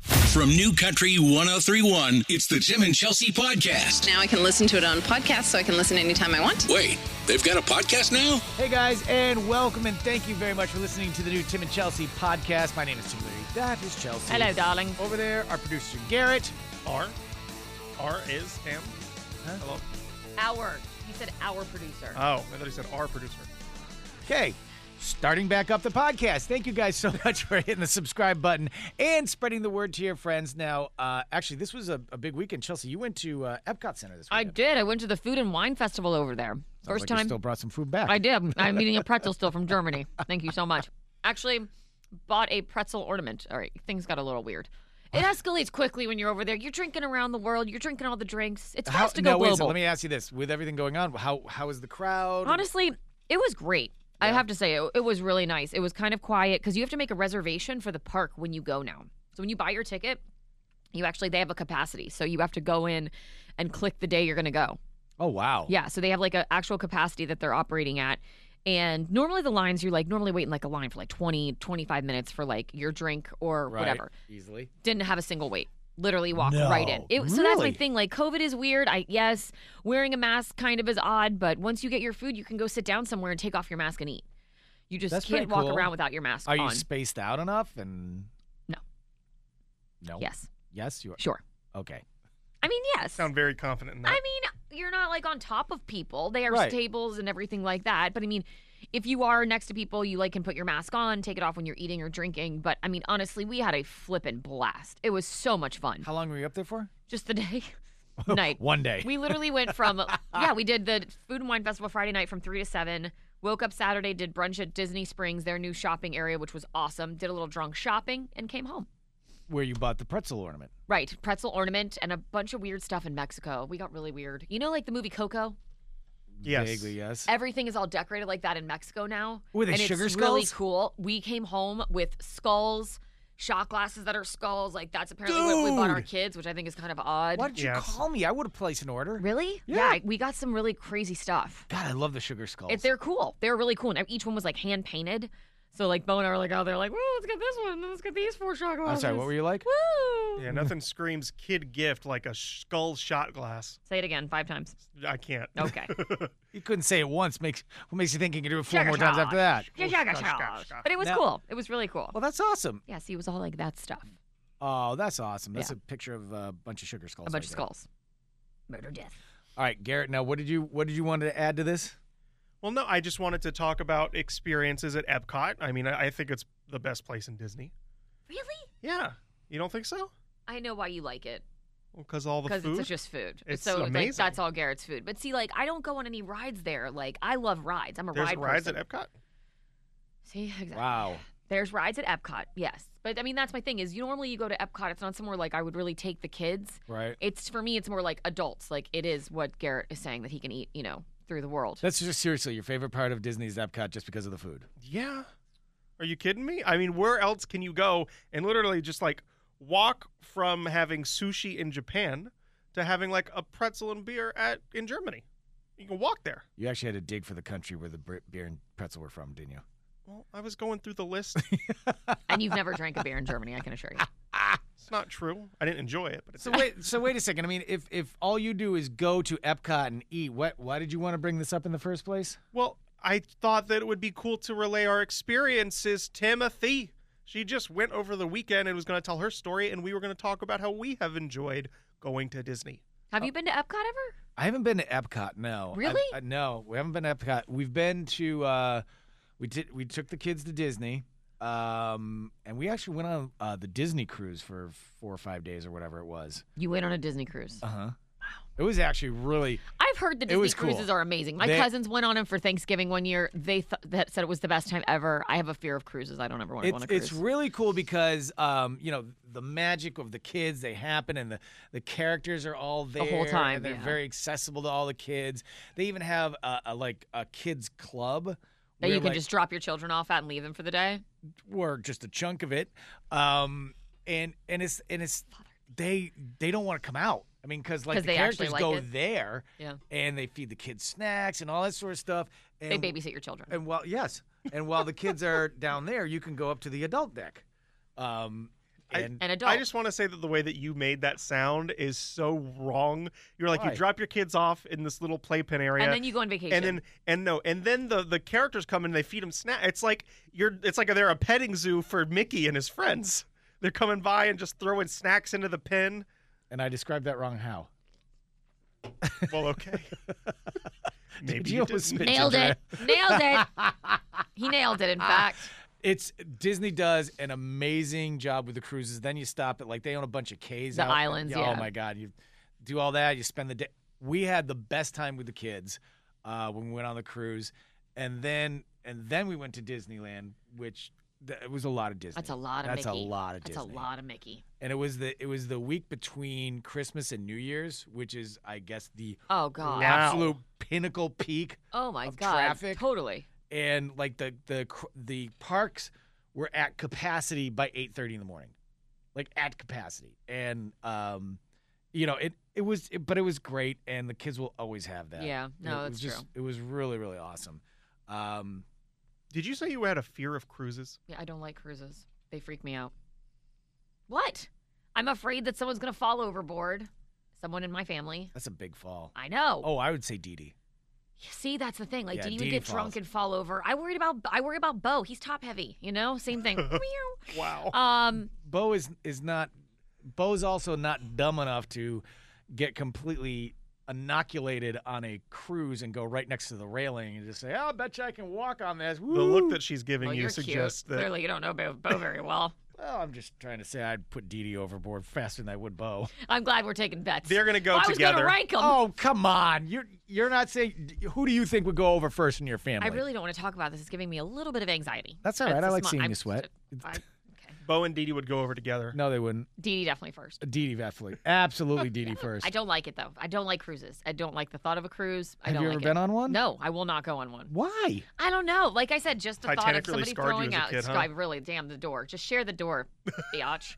From New Country 1031, it's the Tim and Chelsea Podcast. Now I can listen to it on podcast, so I can listen anytime I want. Wait, they've got a podcast now? Hey guys, and welcome and thank you very much for listening to the new Tim and Chelsea podcast. My name is Tim Leary. That is Chelsea. Hello, darling. Over there, our producer Garrett. R. R is Tim. Hello. Our. He said our producer. Uh, Oh, I thought he said R producer. Okay. Starting back up the podcast. Thank you guys so much for hitting the subscribe button and spreading the word to your friends. Now, uh, actually, this was a, a big weekend. Chelsea, you went to uh, Epcot Center this I weekend. did. I went to the food and wine festival over there. First Like you time. still brought some food back. I did. I'm eating a pretzel still from Germany. Thank you so much. Actually, bought a pretzel ornament. All right, things got a little weird. Uh, It escalates quickly when you're over there. You're drinking around the world. You're drinking all the drinks. It's How, fast to go now, wait a global. second, let me ask you this: With everything going on, how how is the crowd? Honestly, it was great. I have to say, it, it was really nice. It was kind of quiet because you have to make a reservation for the park when you go now. So when you buy your ticket, you actually they have a capacity, so you have to go in and click the day you're going to go. oh wow. Yeah, so they have like an actual capacity that they're operating at. And normally the lines you're like normally waiting like a line for like 20, 25 minutes for like your drink or Right. whatever. Easily. Didn't have a single wait. Literally walk right in. No, It, So that's my really? thing. Like COVID is weird. I yes, wearing a mask kind of is odd, but once you get your food, you can go sit down somewhere and take off your mask and eat. You just That's can't pretty walk cool. around without your mask Are you on. spaced out enough? And No. No. yes, Yes, you are. sure. Okay. I mean, yes. Sound very confident in that. I mean, you're not like on top of people. There are Right. tables and everything like that. But I mean, if you are next to people, you like can put your mask on, take it off when you're eating or drinking. But I mean, honestly, we had a flippin' blast. It was so much fun. How long were you up there for? Just the day, night. One day. We literally went from yeah, we did the food and wine festival Friday night from three to seven. Woke up Saturday, did brunch at Disney Springs, their new shopping area, which was awesome. Did a little drunk shopping and came home. where you bought the pretzel ornament. Right, pretzel ornament and a bunch of weird stuff in Mexico. We got really weird. You know, like the movie Coco. yes. Vaguely, yes. everything is all decorated like that in Mexico now. Were they and sugar it's really skulls? cool. We came home with skulls, shot glasses that are skulls. Like that's apparently what we bought our Dude! kids, which I think is kind of odd. Why did you Yes. call me? I would have placed an order. Really? Yeah. we got some really crazy stuff. God, I love the sugar skulls. If they're cool. They're really cool. And each one was like hand painted. So like Bo and I were like, oh, they're like, woo, let's get this one. Let's get these four shot glasses. I'm sorry, what were you like? Woo! Yeah, nothing screams kid gift like a skull shot glass. Say it again five times. I can't. Okay. You couldn't say it once. Makes what makes you think you can do it four Sugar more times skulls. after that? Yeah, yeah, gosh, yeah. gosh, gosh. But it was Now- cool. It was really cool. Well, that's awesome. yeah, see, it was all like that stuff. Oh, that's awesome. That's Yeah. a picture of a bunch of sugar skulls. A bunch of right there. skulls. Murder, death. All right, Garrett. Now, what did you what did you want to add to this? Well, no, I just wanted to talk about experiences at Epcot. I mean, I I think it's the best place in Disney. Really? Yeah. You don't think so? I know why you like it Because all the because food. it's just food. It's so like amazing. that's all Garrett's food. But see, like I don't go on any rides there. Like I love rides. I'm a There's ride rides person. at Epcot. see, exactly. Wow. There's rides at Epcot. Yes, but I mean that's my thing. Is you normally you go to Epcot, it's not somewhere like I would really take the kids. Right. It's for me, it's more like adults. Like it is what Garrett is saying that he can eat. You know, through the world. That's just seriously your favorite part of Disney's Epcot, just because of the food. Yeah. Are you kidding me? I mean, where else can you go and literally just like walk from having sushi in Japan to having like a pretzel and beer at in Germany? You can walk there. You actually had to dig for the country where the br- beer and pretzel were from, didn't you? Well, I was going through the list. and you've never drank a beer in Germany, I can assure you. It's not true. I didn't enjoy it, but it's So wait, so wait a second. I mean, if if all you do is go to Epcot and eat, what why did you want to bring this up in the first place? well, I thought that it would be cool to relay our experiences. Timothy, she just went over the weekend and was going to tell her story, and we were going to talk about how we have enjoyed going to Disney. Have you been to Epcot ever? I haven't been to Epcot. No, I- Really? I- no, we haven't been to Epcot. We've been to uh, we did we took the kids to Disney, um, and we actually went on uh, the Disney cruise for four or five days or whatever it was. You went on a Disney cruise. Uh huh. It was actually really I've heard the It Disney was cool. cruises are amazing. My They- cousins went on them for Thanksgiving one year. They th- that said it was the best time ever. I have a fear of cruises. I don't ever want to go on it's a cruise. it's really cool because um, you know the magic of the kids they happen and the the characters are all there whole time, and they're yeah. very accessible to all the kids. They even have a, a like a kids club that where, you can like, just drop your children off at and leave them for the day. or just a chunk of it. Um, and and it's and it's they they don't want to come out. I mean, because like 'Cause the they actually characters like go it. there, Yeah. and they feed the kids snacks and all that sort of stuff. And, They babysit your children. And while yes, and while the kids are down there, you can go up to the adult deck. Um, And an adult. I just want to say that the way that you made that sound is so wrong. You're like Why? you drop your kids off in this little playpen area, and then you go on vacation. and then and no, and then the the characters come and they feed them snack. It's like you're. It's like they're a petting zoo for Mickey and his friends. They're coming by and just throwing snacks into the pen. and I described that wrong. How? Well, okay. Maybe you you almost didn't. spit nailed Ginger it. Ah, nailed it. He nailed it. In fact, It's Disney does an amazing job with the cruises. Then you stop at like they own a bunch of K's. The out- islands, yeah. Oh my God, you do all that. You spend the day. We had the best time with the kids uh, when we went on the cruise, and then and then we went to Disneyland, which th- it was a lot of Disney. that's a lot of That's Mickey. a lot of That's Disney. a lot of Mickey. And it was the it was the week between Christmas and New Year's, which is I guess the Oh god. Wow. absolute pinnacle peak Oh my of god. traffic. Totally. and like the the cr- the parks were at capacity by 8:30 in the morning like at capacity and um you know it it was it, but it was great and the kids will always have that Yeah. it No, that's was just true. it was really really awesome um Did you say you had a fear of cruises? Yeah, I don't like cruises. They freak me out. What? I'm afraid that someone's gonna fall overboard. Someone in my family. that's a big fall I know. oh i would say Dee Dee. See, that's the thing. Like, Yeah, did he Dee would Dee get falls. drunk and fall over? I worried about. I worry about Bo. He's top heavy. You know, same thing. Meow. Wow. um, bo is is not bo's also not dumb enough to get completely inoculated on a cruise and go right next to the railing and just say oh, i bet you i can walk on this The look Woo." that she's giving well, you Oh, you're suggests cute. that Clearly, you don't know Bo, Bo very well. Well, I'm just trying to say I'd put Dee Dee overboard faster than I would Bo. I'm glad we're taking bets. they're going to go I was together. gonna rank 'em. Oh, come on. You're you're not saying who do you think would go over first in your I family? really don't want to talk about this. It's giving me a little bit of anxiety. That's all right. It's I a like small- seeing I'm you sweat. just a- I- okay. Bo and Dee Dee would go over together. No, they wouldn't. Dee Dee definitely first. Dee Dee definitely. Absolutely Dee Dee first. I don't like it though. I don't like cruises. I don't like the thought of a cruise. I Have don't you like ever it. been on one? No, I will not go on one. Why? I don't know. Like I said, just the thought of Titanic really somebody scarred you throwing as a out. kid, it's huh? like, really damn the door. Just share the door, biatch.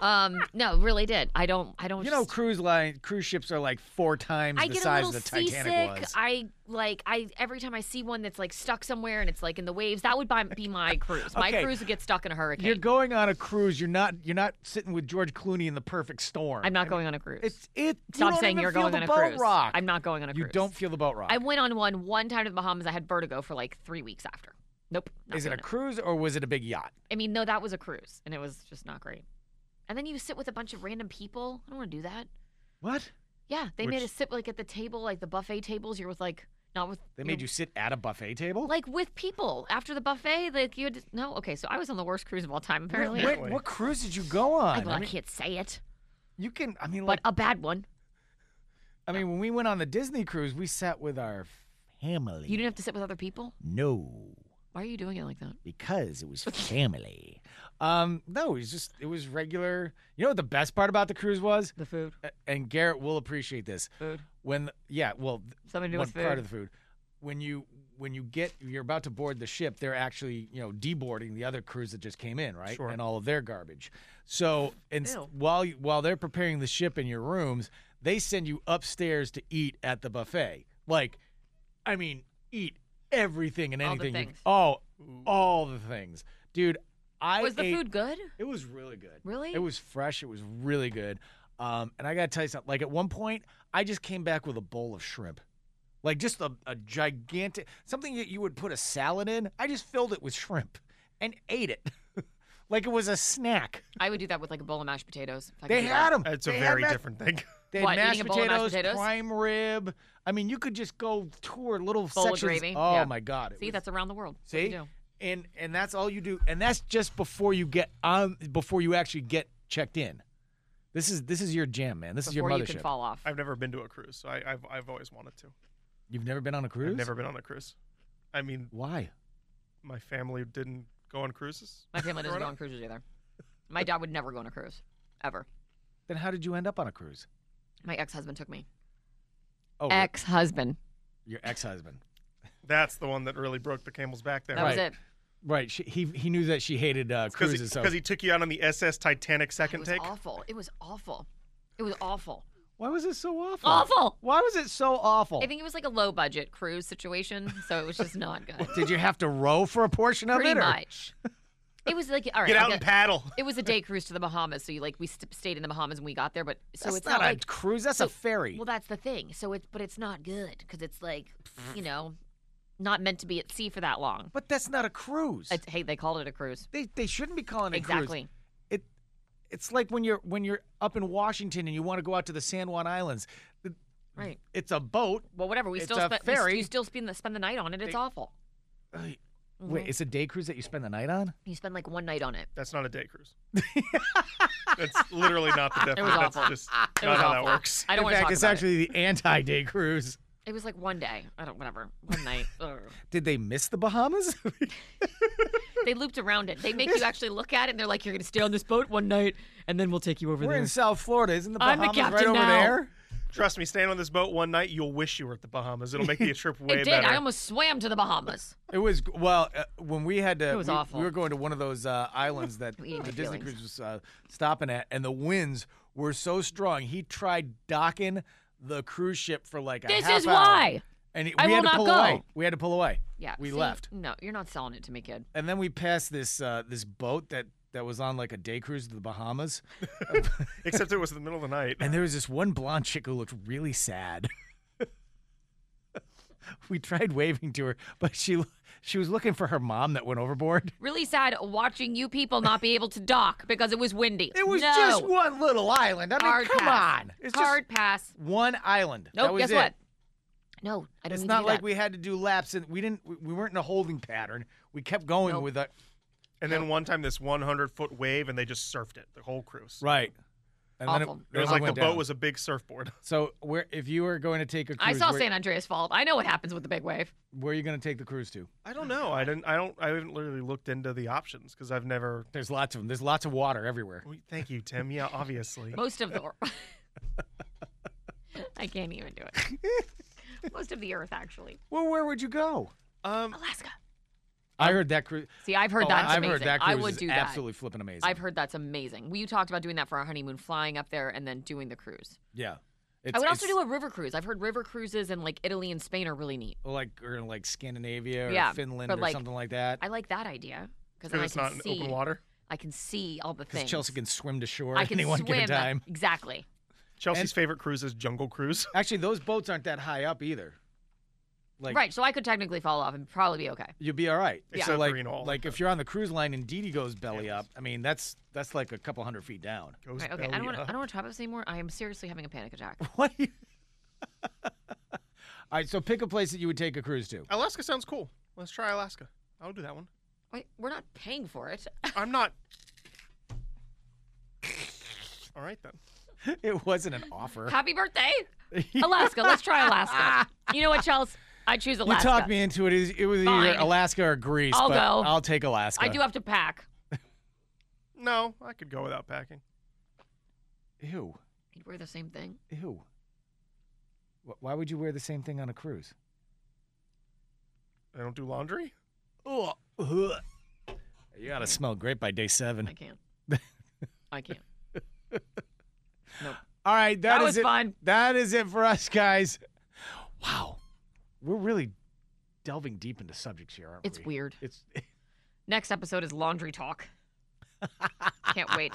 um, no, really did. I don't. I don't. You know, just- cruise line cruise ships are like four times I the get a size little of the seasick. Titanic was. I like. I every time I see one that's like stuck somewhere and it's like in the waves. That would buy, be my cruise. My Okay. cruise would get stuck in a hurricane. You're going on a cruise. You're not. You're not sitting with George Clooney in the perfect storm. I'm not going on a cruise. It's it. you Stop don't saying even you're feel going the on a boat cruise. Rock. I'm not going on a You cruise. don't feel the boat rock. I went on one one time to the Bahamas. I had vertigo for like three weeks after. Nope. not Is it a doing cruise or was it a big yacht? I mean, no, that was a cruise, and it was just not great. And then you sit with a bunch of random people. I don't want to do that. What? Yeah, they made Which- us sit like at the table, like the buffet tables. You're with like not with. They made you sit at a buffet table? like with people after the buffet. Like you had to, no. Okay, so I was on the worst cruise of all time. Apparently, Wait, wait, what cruise did you go on? I, well, I mean, can't say it, you can. I mean, but like, a bad one. I mean, when we went on the Disney cruise, we sat with our family. You didn't have to sit with other people. no, Why are you doing it like that? because it was family. um, no, it was just it was regular. You know what the best part about the cruise was? The food, A- And Garrett will appreciate this. food, When yeah, well, th- something to do one with food. part of the food. When you when you get you're about to board the ship, they're actually you know deboarding the other crews that just came in, right? Sure. And all of their garbage. So and s- Ew. while you- while they're preparing the ship in your rooms, they send you upstairs to eat at the buffet. Like, I mean, eat everything and All the anything. you- things. oh, all the things, dude. I was the ate- food good? It was really good. Really? It was fresh. It was really good. Um, and I gotta tell you something. Like at one point, I just came back with a bowl of shrimp, like just a, a gigantic something that you would put a salad in. I just filled it with shrimp and ate it, like it was a snack. I would do that with like a bowl of mashed potatoes. If I could They do had that. them. It's a very different thing. They had What, mashed, eating a bowl of potatoes, mashed potatoes? prime rib. I mean, you could just go tour little Bowl of sections. gravy, Oh yeah. my god! it See, was- that's around the world. That's what we See, do. and and that's all you do, and that's just before you get on, before you actually get checked in. This is this is your jam, man. This before is you your can mothership. fall off. I've never been to a cruise, so I, I've I've always wanted to. You've never been on a cruise? I've never been on a cruise. I mean, Why? my family didn't go on cruises. My family doesn't growing go up. on cruises either. My dad would never go on a cruise, ever. Then how did you end up on a cruise? My ex husband took me. Oh, wait, Ex husband. your ex-husband. That's the one that really broke the camel's back there. That was Right. it. Right. She, he he knew that she hated uh, Because cruises. he, so 'cause he took you out on the SS Titanic It second was take. awful. It was awful. It was awful. why was it so awful? Awful! Why was it so awful? I think it was like a low budget cruise situation, so it was just not good. did you have to row for a portion of Pretty it? or- much. It was like all right. Get like out a- and paddle. it was a day cruise to the Bahamas, so you like we st- stayed in the Bahamas and we got there, but so that's it's not, not, a like cruise. That's a so- ferry. well, that's the thing. So it's but it's not good because it's like Mm. you know not meant to be at sea for that long. but that's not a cruise. It's- hey, they called it a cruise. they they shouldn't be calling it cruise. Exactly. it it's like when you're when you're up in Washington and you want to go out to the San Juan Islands. Th- Right. It's a boat. Well, whatever. We It's still a spent. we s- ferry. You still spend the, spend the night on it. It's awful. Ay, Mm-hmm. Wait, it's a day cruise that you spend the night on? You spend like one night on it. That's not a day cruise. That's literally not the definition. That's awful. just It not was how awful. that works. I don't in want to fact, talk it's about it. actually the anti-day cruise. It was like one day. I don't. Whatever. One night. Ugh. Did they miss the Bahamas? they looped around it. They make you actually look at it, and they're like, "You're gonna stay on this boat one night, and then we'll take you over We're there." in South Florida, isn't the I'm the Bahamas right captain over now. there? Trust me, staying on this boat one night, you'll wish you were at the Bahamas. It'll make the trip way it did. better. I almost swam to the Bahamas. It was well uh, when we had to. It was we, awful. we were going to one of those uh, islands that We need the my Disney feelings. cruise was uh, stopping at, and the winds were so strong. He tried docking the cruise ship for like a This half is hour, why. And he- we had I will to not pull go. away. We had to pull away. Yeah. we see? left, No, you're not selling it to me, kid. and then we passed this uh, this boat that that was on like a day cruise to the Bahamas, Except it was in the middle of the night. and there was this one blonde chick who looked really sad. we tried waving to her, but she she was looking for her mom that went overboard. Really sad watching you people not be able to dock because it was windy. It was No. just one little island. I mean, Hard come pass. on. It's Hard pass. just one island. Nope. that was guess it. what? No, I don't It's need not to do like that. we had to do laps and we didn't we- we weren't in a holding pattern. We kept going Nope. with a And then one time, this 100 foot wave, and they just surfed it the whole cruise. right. And Awful. It It was like the went boat down. was a big surfboard. So where if you were going to take a I cruise, saw where, San Andreas Fault. I know what happens with the big wave. where are you going to take the cruise to? I don't know. I didn't. I don't. I haven't literally looked into the options because I've never. There's lots of them. There's lots of water everywhere. Well, Thank you, Tim. Yeah, obviously. Most of the. I can't even do it. Most of the Earth, actually, Well, where would you go? Um, Alaska. I heard that cruise. See, I've heard oh, that's I've amazing. heard that I cruise would is do that. absolutely flipping amazing. I've heard that's amazing. We talked about doing that for our honeymoon, flying up there and then doing the cruise. yeah. It's, I would also do a river cruise. I've heard river cruises in like Italy and Spain are really neat. like or in like Scandinavia or Yeah, Finland but, or like, something like that. I like that idea because because I it's can not in see. open water. I can see all the Because things. Chelsea can swim to shore I at can any one swim. given time. Exactly. Chelsea's And- favorite cruise is Jungle Cruise. Actually, those boats aren't that high up either. Like right. So I could technically fall off and probably be okay. you'll be all right. Except So, like, for, you know, all like the- if you're on the cruise line and Dee Dee goes belly up, I mean that's that's like a couple hundred feet down. Goes Right, okay. I belly don't want to. up. I don't want to talk about this anymore. I am seriously having a panic attack. What? Are you... all right, so pick a place that you would take a cruise to. Alaska sounds cool. Let's try Alaska. I'll do that one. Wait, we're not paying for it. I'm not. All right then. It wasn't an offer. Happy birthday, Alaska. Let's try Alaska. You know what, Chelsea? I choose You Alaska. talked me into it. It was- It was either Fine. Alaska or Greece. I'll but go. I'll take Alaska. I do have to pack. No, I could go without packing. Ew, You'd wear the same thing. ew. Wh- Why would you wear the same thing on a cruise? I don't do laundry. Ugh. Ugh. You gotta smell great by day seven. I can't. I can't. All right, That is was it. fun. That is it for us, guys. Wow, we're really delving deep into subjects here, aren't It's we? weird. It's Next episode is laundry talk. Can't wait.